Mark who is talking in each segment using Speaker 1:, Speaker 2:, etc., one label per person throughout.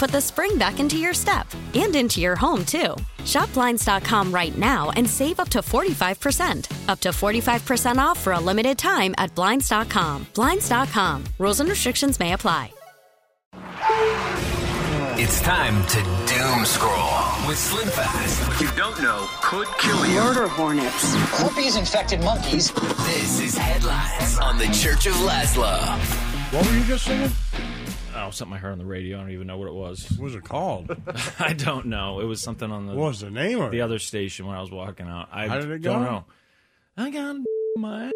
Speaker 1: put the spring back into your step and into your home, too. Shop Blinds.com right now and save up to 45%. Up to 45% off for a limited time at Blinds.com. Blinds.com. Rules and restrictions may apply.
Speaker 2: It's time to doom scroll with Slim Fast. What you don't know could kill you.
Speaker 3: Murder hornets.
Speaker 4: Corpies infected monkeys.
Speaker 2: This is Headlines on the Church of Laszlo.
Speaker 5: What were you just singing?
Speaker 6: Oh, something I heard on the radio. I don't even know what it was.
Speaker 5: What was it called?
Speaker 6: I don't know. It was something on the
Speaker 5: What was the name of
Speaker 6: the
Speaker 5: it?
Speaker 6: other station when I was walking out. I
Speaker 5: How did it
Speaker 6: don't
Speaker 5: go?
Speaker 6: know. I got my.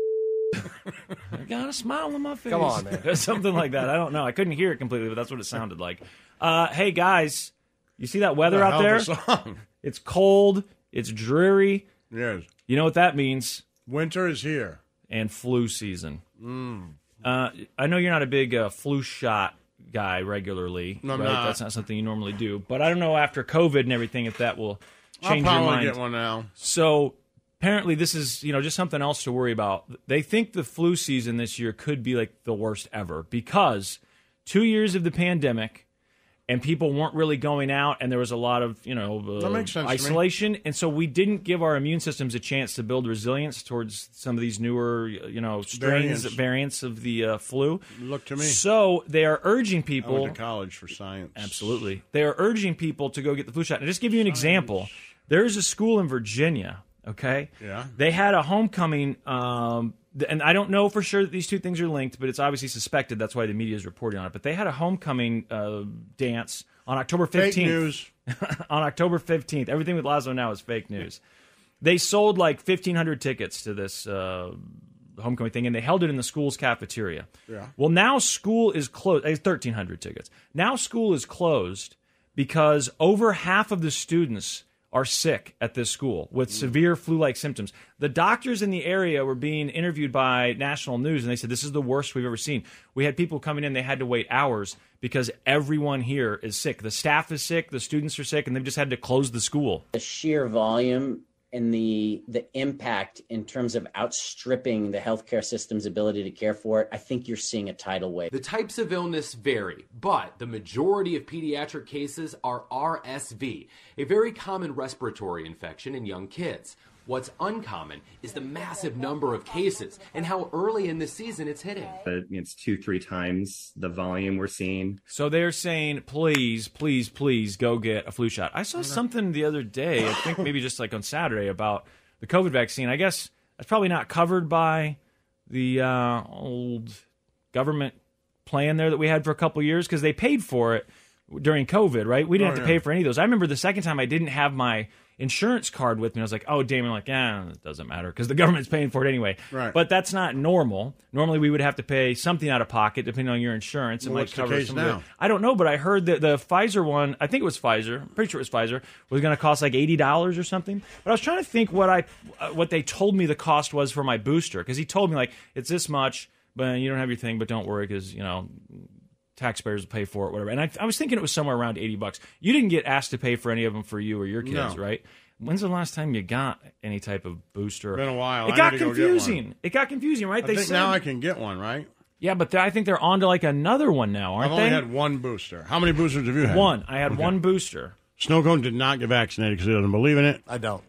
Speaker 6: I got a smile on my face.
Speaker 7: Come on, man.
Speaker 6: something like that. I don't know. I couldn't hear it completely, but that's what it sounded like. Uh, hey guys, you see that weather
Speaker 5: The
Speaker 6: out
Speaker 5: hell
Speaker 6: there?
Speaker 5: of a song.
Speaker 6: It's cold. It's dreary.
Speaker 5: yes.
Speaker 6: You know what that means?
Speaker 5: Winter is here.
Speaker 6: and flu season.
Speaker 5: Mm.
Speaker 6: Uh, I know you're not a big uh, flu shot guy regularly.
Speaker 5: No, I'm
Speaker 6: right?
Speaker 5: not.
Speaker 6: That's not something you normally do. But I don't know after COVID and everything if that will
Speaker 5: I'll
Speaker 6: change your
Speaker 5: probably
Speaker 6: mind.
Speaker 5: get one now.
Speaker 6: So apparently, this is you know just something else to worry about. They think the flu season this year could be like the worst ever because two years of the pandemic. And people weren't really going out, and there was a lot of you know uh,
Speaker 5: That makes sense to me.
Speaker 6: isolation, and so we didn't give our immune systems a chance to build resilience towards some of these newer you know strains
Speaker 5: Variants.
Speaker 6: variants, of the uh, flu.
Speaker 5: Look to me.
Speaker 6: So they are urging
Speaker 5: I
Speaker 6: people
Speaker 5: went to college for science.
Speaker 6: Absolutely. They are urging people to go get the flu shot. And just give you an example, there is a school in Virginia, okay?
Speaker 5: Yeah.
Speaker 6: They had a homecoming, um, th- and I don't know for sure that these two things are linked, but it's obviously suspected. That's why the media is reporting on it. But they had a homecoming uh, dance on October 15th.
Speaker 5: Fake news.
Speaker 6: on October 15th. Everything with Lazo now is fake news. They sold like 1,500 tickets to this uh, homecoming thing, and they held it in the school's cafeteria.
Speaker 5: Yeah.
Speaker 6: Well, now school is closed. It's 1,300 tickets. Now school is closed because over half of the students are sick at this school with severe flu-like symptoms. The doctors in the area were being interviewed by national news, and they said this is the worst we've ever seen. We had people coming in; they had to wait hours because everyone here is sick. The staff is sick, the students are sick, and they've just had to close the school.
Speaker 4: The sheer volume and the the impact in terms of outstripping the healthcare system's ability to care for it. I think you're seeing a tidal wave.
Speaker 7: The types of illness vary, but the majority of pediatric cases are RSV, a very common respiratory infection in young kids. What's uncommon is the massive number of cases and how early in the season it's hitting.
Speaker 8: that Uh, it's two, three times the volume we're seeing.
Speaker 6: So they're saying, please, please, please go get a flu shot. I saw something the other day, I think maybe just like on Saturday, about the COVID vaccine. I guess that's probably not covered by the uh, old government plan there that we had for a couple years because they paid for it during COVID, right? We didn't have to pay for any of those. I remember the second time I didn't have my insurance card with me. I was like, oh, damn, I'm like, yeah, it doesn't matter because the government's paying for it anyway.
Speaker 5: Right.
Speaker 6: But that's not normal. Normally, we would have to pay something out of pocket depending on your insurance. It
Speaker 5: Well,
Speaker 6: might
Speaker 5: what's the
Speaker 6: cover
Speaker 5: case
Speaker 6: some of the-
Speaker 5: now?
Speaker 6: I don't know, but I heard that the Pfizer one, I think it was Pfizer, I'm pretty sure it was Pfizer, was going to cost like eighty dollars or something. But I was trying to think what I uh, what they told me the cost was for my booster because he told me like it's this much, but you don't have your thing, but don't worry because you know taxpayers will pay for it, whatever. And I, I was thinking it was somewhere around eighty bucks. You didn't get asked to pay for any of them for you or your
Speaker 5: No.
Speaker 6: kids, right? When's the last time you got any type of booster?
Speaker 5: Been a while.
Speaker 6: It
Speaker 5: I
Speaker 6: got
Speaker 5: need to go get one.
Speaker 6: confusing. It got confusing, right?
Speaker 5: I think
Speaker 6: said-
Speaker 5: now I can get one, right?
Speaker 6: Yeah, but they- I think they're on to like another one now,
Speaker 5: I've
Speaker 6: aren't
Speaker 5: only
Speaker 6: they?
Speaker 5: had one booster. How many boosters have you had?
Speaker 6: one. I had one booster,
Speaker 5: Snow Cone did not get vaccinated because he doesn't believe in it.
Speaker 3: I don't.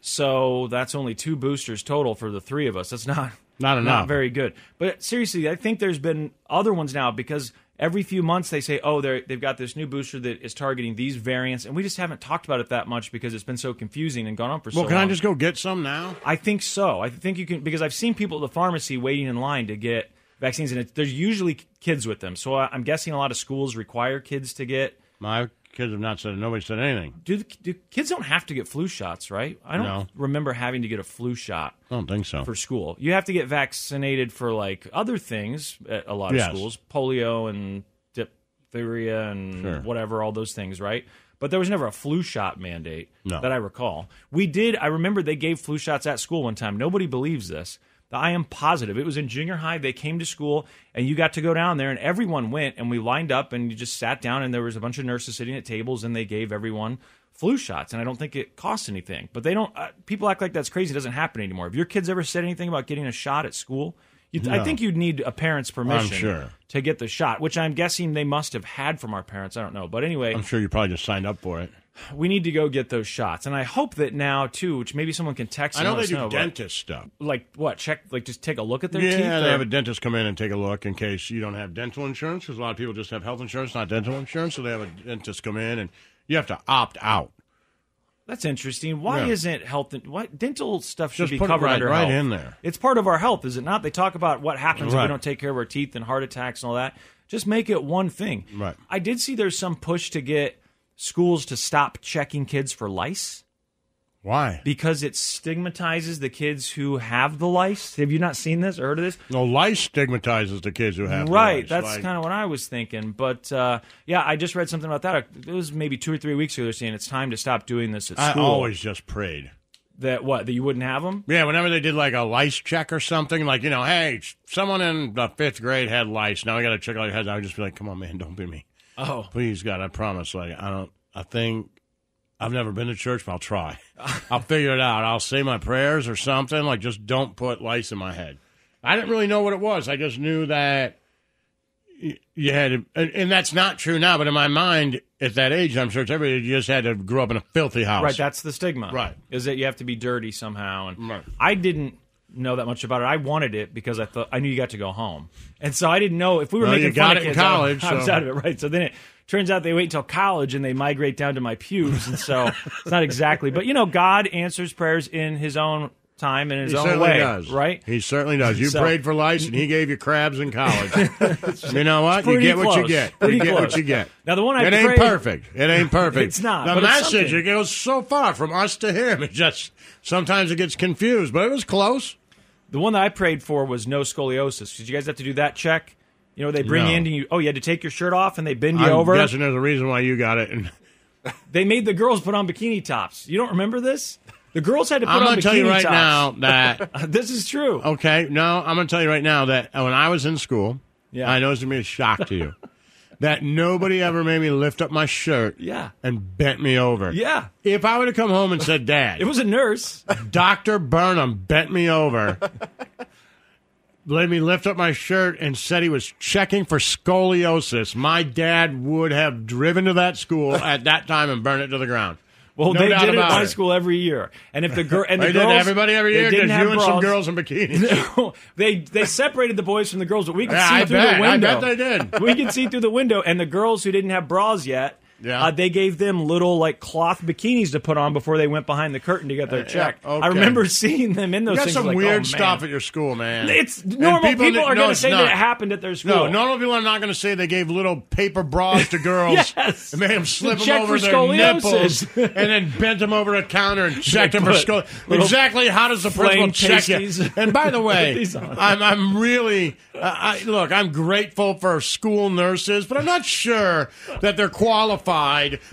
Speaker 6: so that's only two boosters total for the three of us. That's not
Speaker 5: Not enough.
Speaker 6: not very good. But seriously, I think there's been other ones now because every few months they say, oh, they're- they've got this new booster that is targeting these variants, and we just haven't talked about it that much because it's been so confusing and gone on for so
Speaker 5: Well,
Speaker 6: long.
Speaker 5: can I just go get some now?
Speaker 6: I think so. I think you can because I've seen people at the pharmacy waiting in line to get vaccines, and it, there's usually kids with them. So I, I'm guessing a lot of schools require kids to get.
Speaker 5: My kids have not said it. Nobody said anything.
Speaker 6: Do, the, do kids don't have to get flu shots, right? I don't
Speaker 5: No.
Speaker 6: remember having to get a flu shot
Speaker 5: I don't think so.
Speaker 6: for school. You have to get vaccinated for like other things at a lot of
Speaker 5: Yes.
Speaker 6: schools, polio and diphtheria and
Speaker 5: Sure.
Speaker 6: whatever, all those things, right? But there was never a flu shot mandate
Speaker 5: No.
Speaker 6: that I recall. We did. I remember they gave flu shots at school one time. Nobody believes this. but I am positive it was in junior high. They came to school, and you got to go down there, and everyone went, and we lined up, and you just sat down, and there was a bunch of nurses sitting at tables, and they gave everyone flu shots. And I don't think it costs anything, but they don't. Uh, people act like that's crazy. It doesn't happen anymore. If your kids ever said anything about getting a shot at school, you I
Speaker 5: No.
Speaker 6: think you'd need a parent's permission
Speaker 5: sure.
Speaker 6: to get the shot, which I'm guessing they must have had from our parents. I don't know, but anyway,
Speaker 5: I'm sure you probably just signed up for it.
Speaker 6: we need to go get those shots. And I hope that now too, which maybe someone can text.
Speaker 5: I
Speaker 6: and
Speaker 5: know
Speaker 6: let
Speaker 5: they
Speaker 6: us
Speaker 5: do
Speaker 6: know, but,
Speaker 5: dentist stuff.
Speaker 6: Like what? Check like just take a look at their
Speaker 5: yeah,
Speaker 6: teeth.
Speaker 5: they
Speaker 6: or-
Speaker 5: have a dentist come in and take a look in case you don't have dental insurance because a lot of people just have health insurance, not dental insurance. So they have a dentist come in and you have to opt out.
Speaker 6: That's interesting. Why
Speaker 5: Yeah.
Speaker 6: isn't health? and What dental stuff should
Speaker 5: Just
Speaker 6: be
Speaker 5: put it
Speaker 6: covered
Speaker 5: right-
Speaker 6: under
Speaker 5: right
Speaker 6: health.
Speaker 5: in there.
Speaker 6: It's part of our health, is it not? They talk about what happens if we
Speaker 5: Right.
Speaker 6: don't take care of our teeth and heart attacks and all that. Just make it one thing.
Speaker 5: Right.
Speaker 6: I did see there's some push to get schools to stop checking kids for lice
Speaker 5: Why?
Speaker 6: because it stigmatizes the kids who have the lice. Have you not seen this or heard of this?
Speaker 5: No, lice stigmatizes the kids who have
Speaker 6: right
Speaker 5: lice.
Speaker 6: that's
Speaker 5: Like,
Speaker 6: kind of what i was thinking but uh, yeah i just read something about that uh, it was maybe two or three weeks ago they're saying it's time to stop doing this at
Speaker 5: I
Speaker 6: school
Speaker 5: always just prayed.
Speaker 6: that what that you wouldn't have them
Speaker 5: Yeah, whenever they did like a lice check or something, like you know, hey, sh- someone in the fifth grade had lice. Now I got to check all your heads. I would just be like, come on, man, don't be me.
Speaker 6: oh
Speaker 5: Please, God, I promise. Like I don't. I think I've never been to church, but I'll try. I'll figure it out. I'll say my prayers or something. Like just don't put lice in my head. I didn't really know what it was. I just knew that y- you had, to, and, and that's not true now. But in my mind, at that age, I'm sure it's everybody you just had to grow up in a filthy house.
Speaker 6: right that's the stigma
Speaker 5: Right.
Speaker 6: is that you have to be dirty somehow and
Speaker 5: Right.
Speaker 6: i didn't know that much about it i wanted it because i thought i knew you got to go home and so i didn't know if we were
Speaker 5: Well,
Speaker 6: making
Speaker 5: you got
Speaker 6: fun of
Speaker 5: it in
Speaker 6: kids, I-
Speaker 5: college,
Speaker 6: I, was
Speaker 5: so-
Speaker 6: out of it right so then it turns out they wait until college and they migrate down to my pews and so it's not exactly but you know god answers prayers in his own time in his
Speaker 5: He
Speaker 6: own
Speaker 5: certainly
Speaker 6: way
Speaker 5: does.
Speaker 6: right
Speaker 5: He certainly does. You
Speaker 6: So-
Speaker 5: prayed for lice, and he gave you crabs in college. you know what? You
Speaker 6: pretty
Speaker 5: get what you
Speaker 6: close.
Speaker 5: get.
Speaker 6: Pretty
Speaker 5: you get
Speaker 6: close.
Speaker 5: what you get.
Speaker 6: Now, the one I
Speaker 5: it ain't
Speaker 6: prayed-
Speaker 5: perfect. It ain't perfect.
Speaker 6: It's not,
Speaker 5: The
Speaker 6: but it's
Speaker 5: message
Speaker 6: something.
Speaker 5: it goes so far from us to him. It just sometimes it gets confused, but it was close.
Speaker 6: The one that I prayed for was no scoliosis. Did you guys have to do that check? You know, they bring
Speaker 5: No.
Speaker 6: you in and you, oh, you had to take your shirt off and they bend you
Speaker 5: I'm
Speaker 6: over.
Speaker 5: guessing there's a reason why you got it. And
Speaker 6: They made the girls put on bikini tops. You don't remember this? The girls had to put
Speaker 5: I'm
Speaker 6: on
Speaker 5: gonna
Speaker 6: bikini
Speaker 5: tell you right now Oh.
Speaker 6: tops.
Speaker 5: that
Speaker 6: This is true.
Speaker 5: Okay, no, I'm going to tell you right now that when I was in school,
Speaker 6: Yeah.
Speaker 5: I know it's going to be a shock to you that nobody ever made me lift up my shirt,
Speaker 6: Yeah.
Speaker 5: and bent me over,
Speaker 6: Yeah.
Speaker 5: If I would have come home and said, "Dad,
Speaker 6: It was a nurse.
Speaker 5: Doctor Burnham bent me over." Let me lift up my shirt and said he was checking for scoliosis. My dad would have driven to that school at that time and burned it to the ground.
Speaker 6: Well,
Speaker 5: No
Speaker 6: they
Speaker 5: doubt
Speaker 6: did it at
Speaker 5: about
Speaker 6: my
Speaker 5: it.
Speaker 6: school every year. And if the girl and
Speaker 5: They
Speaker 6: the
Speaker 5: did
Speaker 6: girls,
Speaker 5: everybody every
Speaker 6: they
Speaker 5: year.
Speaker 6: didn't
Speaker 5: Just
Speaker 6: have
Speaker 5: you and some
Speaker 6: bras.
Speaker 5: girls in bikinis.
Speaker 6: they they separated the boys from the girls, but we could
Speaker 5: Yeah,
Speaker 6: see
Speaker 5: I
Speaker 6: through
Speaker 5: bet.
Speaker 6: the
Speaker 5: I bet
Speaker 6: window.
Speaker 5: they did.
Speaker 6: We could see through the window, and the girls who didn't have bras yet,
Speaker 5: Yeah.
Speaker 6: uh, they gave them little like cloth bikinis to put on before they went behind the curtain to get their check.
Speaker 5: okay.
Speaker 6: I remember seeing them in those
Speaker 5: You got
Speaker 6: things.
Speaker 5: some
Speaker 6: like,
Speaker 5: weird
Speaker 6: oh,
Speaker 5: stuff
Speaker 6: man.
Speaker 5: at your school, man.
Speaker 6: It's
Speaker 5: And
Speaker 6: normal. People,
Speaker 5: that- no,
Speaker 6: are going to
Speaker 5: it's
Speaker 6: say
Speaker 5: not.
Speaker 6: that it happened at their
Speaker 5: No,
Speaker 6: school.
Speaker 5: normal people are not going to say they gave little paper bras to girls
Speaker 6: Yes.
Speaker 5: and made them slip
Speaker 6: To
Speaker 5: them
Speaker 6: check
Speaker 5: over
Speaker 6: for
Speaker 5: their
Speaker 6: scoliosis.
Speaker 5: nipples and then bent them over a counter and checked them for
Speaker 6: Put
Speaker 5: scoliosis.
Speaker 6: little
Speaker 5: Exactly how does the principal
Speaker 6: flame
Speaker 5: check
Speaker 6: pasties.
Speaker 5: you? And by the
Speaker 6: Put
Speaker 5: way,
Speaker 6: these on.
Speaker 5: I'm, I'm really, I, I, look, I'm grateful for school nurses, but I'm not sure that they're qualified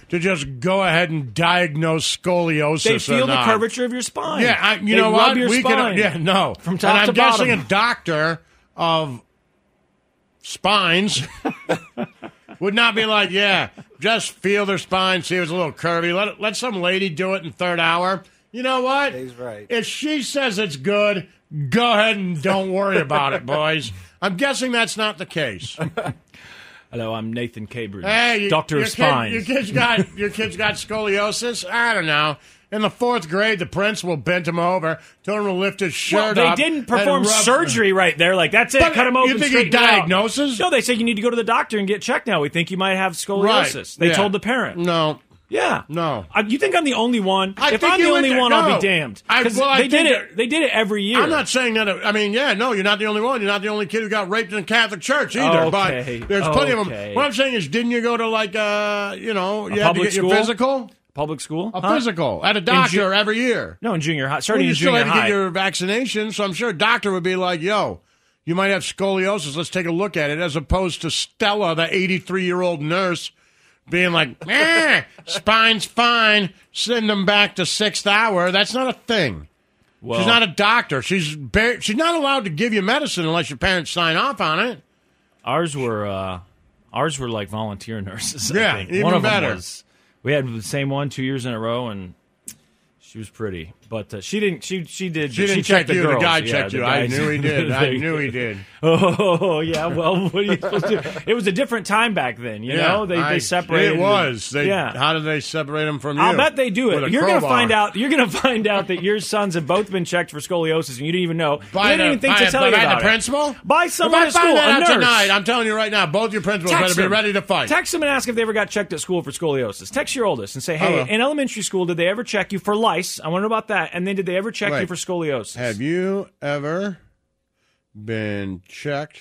Speaker 5: to just go ahead and diagnose scoliosis
Speaker 6: They
Speaker 5: or
Speaker 6: feel the
Speaker 5: not.
Speaker 6: curvature of your spine.
Speaker 5: Yeah, I, you
Speaker 6: They
Speaker 5: know
Speaker 6: rub
Speaker 5: what?
Speaker 6: Your
Speaker 5: we can.
Speaker 6: spine
Speaker 5: Yeah, no.
Speaker 6: From top
Speaker 5: and I'm
Speaker 6: to
Speaker 5: guessing
Speaker 6: bottom.
Speaker 5: a doctor of spines would not be like, yeah, just feel their spine, see if it's a little curvy. Let let some lady do it in third hour. You know what?
Speaker 3: He's right.
Speaker 5: If she says it's good, go ahead and don't worry about it, boys. I'm guessing that's not the case.
Speaker 6: Hello, I'm Nathan Cabridge,
Speaker 5: Hey, you-
Speaker 6: doctor
Speaker 5: your
Speaker 6: of spines.
Speaker 5: Kid, your kid's got your kid's got scoliosis. I don't know. In the fourth grade, the principal bent him over, told him to lift his
Speaker 6: Well,
Speaker 5: shirt
Speaker 6: they
Speaker 5: up
Speaker 6: didn't
Speaker 5: and
Speaker 6: perform
Speaker 5: rub-
Speaker 6: surgery right there. Like that's it.
Speaker 5: But
Speaker 6: Cut him
Speaker 5: you
Speaker 6: open.
Speaker 5: think he
Speaker 6: straighten it out.
Speaker 5: diagnoses?
Speaker 6: No, they said you need to go to the doctor and get checked. Now we think you might have
Speaker 5: Right.
Speaker 6: scoliosis. They
Speaker 5: Yeah.
Speaker 6: told the parent.
Speaker 5: No.
Speaker 6: Yeah.
Speaker 5: No.
Speaker 6: I, you think I'm the only one?
Speaker 5: I
Speaker 6: if
Speaker 5: think
Speaker 6: I'm the
Speaker 5: you
Speaker 6: only
Speaker 5: would-
Speaker 6: one, I'll
Speaker 5: no.
Speaker 6: be damned.
Speaker 5: I-
Speaker 6: 'Cause
Speaker 5: well, I
Speaker 6: they did
Speaker 5: think
Speaker 6: it.
Speaker 5: that-
Speaker 6: They did it every year.
Speaker 5: I'm not saying that. I mean, yeah, no, you're not the only one. You're not the only kid who got raped in the Catholic Church either.
Speaker 6: Okay.
Speaker 5: But there's plenty of
Speaker 6: Okay.
Speaker 5: them. What I'm saying is, didn't you go to like, uh, you know, you had to
Speaker 6: public
Speaker 5: get
Speaker 6: school?
Speaker 5: your physical,
Speaker 6: public school.
Speaker 5: a
Speaker 6: Huh?
Speaker 5: physical at a
Speaker 6: ju-
Speaker 5: doctor every year?
Speaker 6: No, in junior high.
Speaker 5: Well,
Speaker 6: Starting
Speaker 5: you
Speaker 6: in
Speaker 5: still
Speaker 6: junior
Speaker 5: had to
Speaker 6: high.
Speaker 5: get your vaccination, so I'm sure a doctor would be like, "Yo, you might have scoliosis. Let's take a look at it," as opposed to Stella, the 83 year old nurse, being like, "Eh, spine's fine. Send them back to sixth hour. That's not a thing."
Speaker 6: Well,
Speaker 5: She's not a doctor. She's ba- she's not allowed to give you medicine unless your parents sign off on it.
Speaker 6: ours were uh, ours were like volunteer nurses. I
Speaker 5: Yeah,
Speaker 6: think.
Speaker 5: even
Speaker 6: one of
Speaker 5: better.
Speaker 6: them was. We had the same one two years in a row, and she was pretty, but uh, she didn't. She she did.
Speaker 5: She didn't
Speaker 6: checked
Speaker 5: check
Speaker 6: the
Speaker 5: you.
Speaker 6: girls.
Speaker 5: the guy
Speaker 6: Yeah,
Speaker 5: checked
Speaker 6: the
Speaker 5: you. I
Speaker 6: guys-
Speaker 5: knew he did. I knew he did.
Speaker 6: Oh yeah, well, what are you supposed to do? It was a different time back then, you know. They
Speaker 5: I-
Speaker 6: they separated.
Speaker 5: It was.
Speaker 6: the-
Speaker 5: They,
Speaker 6: yeah.
Speaker 5: How did they separate him from you?
Speaker 6: I'll bet they do
Speaker 5: With
Speaker 6: it.
Speaker 5: a
Speaker 6: You're going to
Speaker 5: crowbar.
Speaker 6: find out. You're going to find out that your sons have both been checked for scoliosis, and you didn't even know.
Speaker 5: By
Speaker 6: they didn't
Speaker 5: the-
Speaker 6: even think
Speaker 5: by
Speaker 6: to
Speaker 5: the-
Speaker 6: tell you
Speaker 5: by
Speaker 6: about
Speaker 5: the
Speaker 6: it.
Speaker 5: principal?
Speaker 6: By someone
Speaker 5: if
Speaker 6: at
Speaker 5: I
Speaker 6: school,
Speaker 5: find
Speaker 6: a
Speaker 5: that out
Speaker 6: nurse.
Speaker 5: tonight, I'm telling you right now, both your principals
Speaker 6: Text
Speaker 5: better be
Speaker 6: them.
Speaker 5: ready to fight.
Speaker 6: Text them and ask if they ever got checked at school for scoliosis. Text your oldest and say, "Hey,
Speaker 5: will.
Speaker 6: in elementary school, did they ever check you for lice? I want to know about that. And then did they ever check you
Speaker 5: Right.
Speaker 6: for scoliosis?
Speaker 5: Have you ever been checked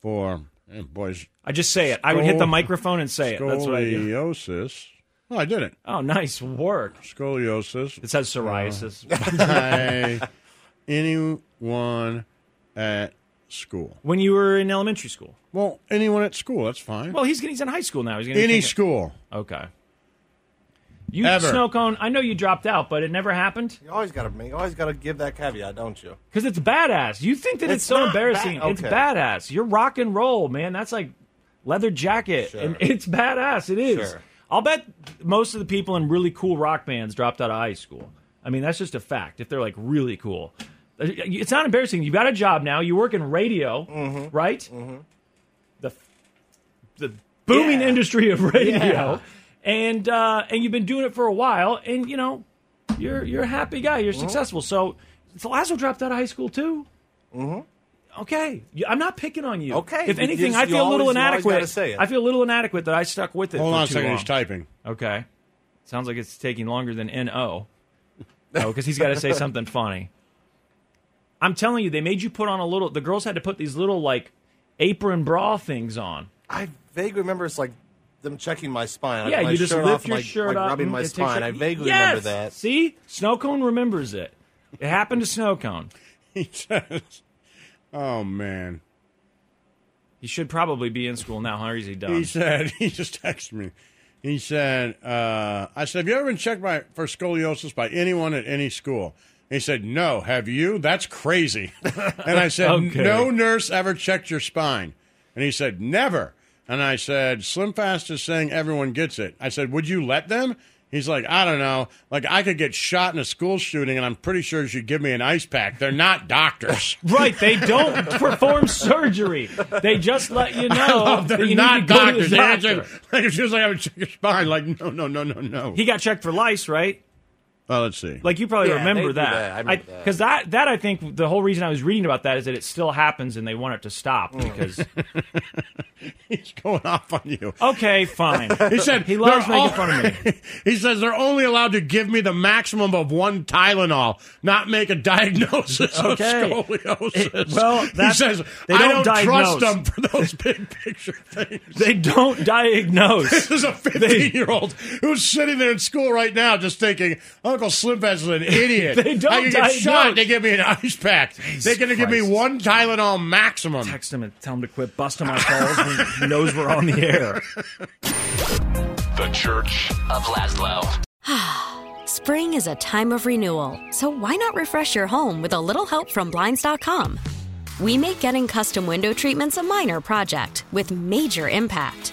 Speaker 5: for eh, boys
Speaker 6: I just say it. I would hit
Speaker 5: Scol-
Speaker 6: the microphone and say it. That's what I do.
Speaker 5: scoliosis? No, I didn't.
Speaker 6: Oh, nice work.
Speaker 5: Scoliosis.
Speaker 6: It says psoriasis.
Speaker 5: Oh. by anyone at school.
Speaker 6: when you were in elementary school.
Speaker 5: Well, anyone at school. That's fine.
Speaker 6: Well, he's he's in high school now. He's gonna be
Speaker 5: Any
Speaker 6: thinking-
Speaker 5: school.
Speaker 6: Okay. You
Speaker 5: Ever.
Speaker 6: snow cone. I know you dropped out, but it never happened
Speaker 3: You always gotta make, you always gotta give that caveat, don't you?
Speaker 6: because it's badass. You think that it's,
Speaker 3: It's
Speaker 6: so
Speaker 3: not
Speaker 6: embarrassing?
Speaker 3: bad-
Speaker 6: It's
Speaker 3: okay.
Speaker 6: badass. You're rock and roll, man. That's like leather jacket, and
Speaker 3: Sure.
Speaker 6: it's badass. It is.
Speaker 3: Sure.
Speaker 6: I'll bet most of the people in really cool rock bands dropped out of high school. I mean, that's just a fact. If they're like really cool, it's not embarrassing. You got a job now. You work in radio,
Speaker 3: Mm-hmm.
Speaker 6: right? The the booming
Speaker 3: Yeah.
Speaker 6: industry of radio,
Speaker 3: Yeah.
Speaker 6: and uh, and you've been doing it for a while, and you know you're you're a happy guy,
Speaker 3: Mm-hmm.
Speaker 6: you're successful. So, so Lazo dropped out of high school too. Mm-hmm. Okay, You- I'm not picking on you.
Speaker 3: Okay.
Speaker 6: if
Speaker 3: You-
Speaker 6: anything,
Speaker 3: you-
Speaker 6: I
Speaker 3: you
Speaker 6: feel a little
Speaker 3: always- you always
Speaker 6: inadequate.
Speaker 3: gotta say it.
Speaker 6: I feel a little inadequate that I stuck with it.
Speaker 5: Hold
Speaker 6: for
Speaker 5: on a
Speaker 6: too
Speaker 5: second. He's
Speaker 6: long.
Speaker 5: typing.
Speaker 6: Okay, sounds like it's taking longer than no. No, because he's got to say something funny. I'm telling you, they made you put on a little. The girls had to put these little like apron bra things on.
Speaker 3: I vaguely remember it's like them checking my spine. I
Speaker 6: Yeah,
Speaker 3: got my
Speaker 6: you just
Speaker 3: shirt
Speaker 6: lift
Speaker 3: off and,
Speaker 6: your
Speaker 3: like,
Speaker 6: shirt
Speaker 3: like
Speaker 6: up.
Speaker 3: rubbing
Speaker 6: and
Speaker 3: my
Speaker 6: it takes
Speaker 3: spine.
Speaker 6: your-
Speaker 3: I vaguely
Speaker 6: Yes!
Speaker 3: remember that.
Speaker 6: See, Snowcone remembers it. It happened to Snowcone.
Speaker 5: He says, "Oh man."
Speaker 6: He should probably be in school now. How is he done?
Speaker 5: He said, he just texted me. He said, uh, I said, have you ever been checked by, for scoliosis by anyone at any school? He said, no. Have you? That's crazy. And I said,
Speaker 6: Okay.
Speaker 5: no nurse ever checked your spine. And he said, never. And I said, Slim Fast is saying everyone gets it. I said, would you let them? He's like, I don't know. Like, I could get shot in a school shooting, and I'm pretty sure she'd give me an ice pack. They're not doctors.
Speaker 6: Right, they don't perform surgery. They just let you know
Speaker 5: They're
Speaker 6: that you
Speaker 5: not
Speaker 6: need to go to
Speaker 5: doctors.
Speaker 6: the
Speaker 5: They
Speaker 6: doctor.
Speaker 5: answer, like if she was like, "I would check your spine," like, no, no, no, no, no.
Speaker 6: He got checked for lice, right?
Speaker 5: well, let's see.
Speaker 6: Like you probably
Speaker 3: Yeah, they
Speaker 6: remember
Speaker 3: do
Speaker 6: that.
Speaker 3: that. I remember that.
Speaker 6: Because that. that I think the whole reason I was reading about that is that it still happens and they want it to stop
Speaker 3: Mm.
Speaker 6: because
Speaker 5: he's going off on you.
Speaker 6: okay, fine.
Speaker 5: He said
Speaker 6: he loves
Speaker 5: "They're
Speaker 6: making
Speaker 5: all-
Speaker 6: fun of me.
Speaker 5: he says they're only allowed to give me the maximum of one Tylenol, not make a diagnosis
Speaker 6: Okay.
Speaker 5: of scoliosis.
Speaker 6: well,
Speaker 5: he
Speaker 6: that's-
Speaker 5: says
Speaker 6: they
Speaker 5: I
Speaker 6: don't
Speaker 5: don't trust
Speaker 6: diagnose.
Speaker 5: them for those big picture things.
Speaker 6: They don't diagnose.
Speaker 5: This is a 15 year old who's sitting there in school right now just thinking, Uncle Slimfast is an idiot.
Speaker 6: They don't
Speaker 5: I can get
Speaker 6: diagnose.
Speaker 5: shot. They give me an ice pack. They're going to give me
Speaker 6: Christ.
Speaker 5: one Tylenol maximum.
Speaker 6: text him and tell him to quit busting my balls when he knows we're on the air.
Speaker 2: The Church
Speaker 9: Of Laszlo.
Speaker 1: Spring is a time of renewal, so why not refresh your home with a little help from Blinds.com? We make getting custom window treatments a minor project with major impact.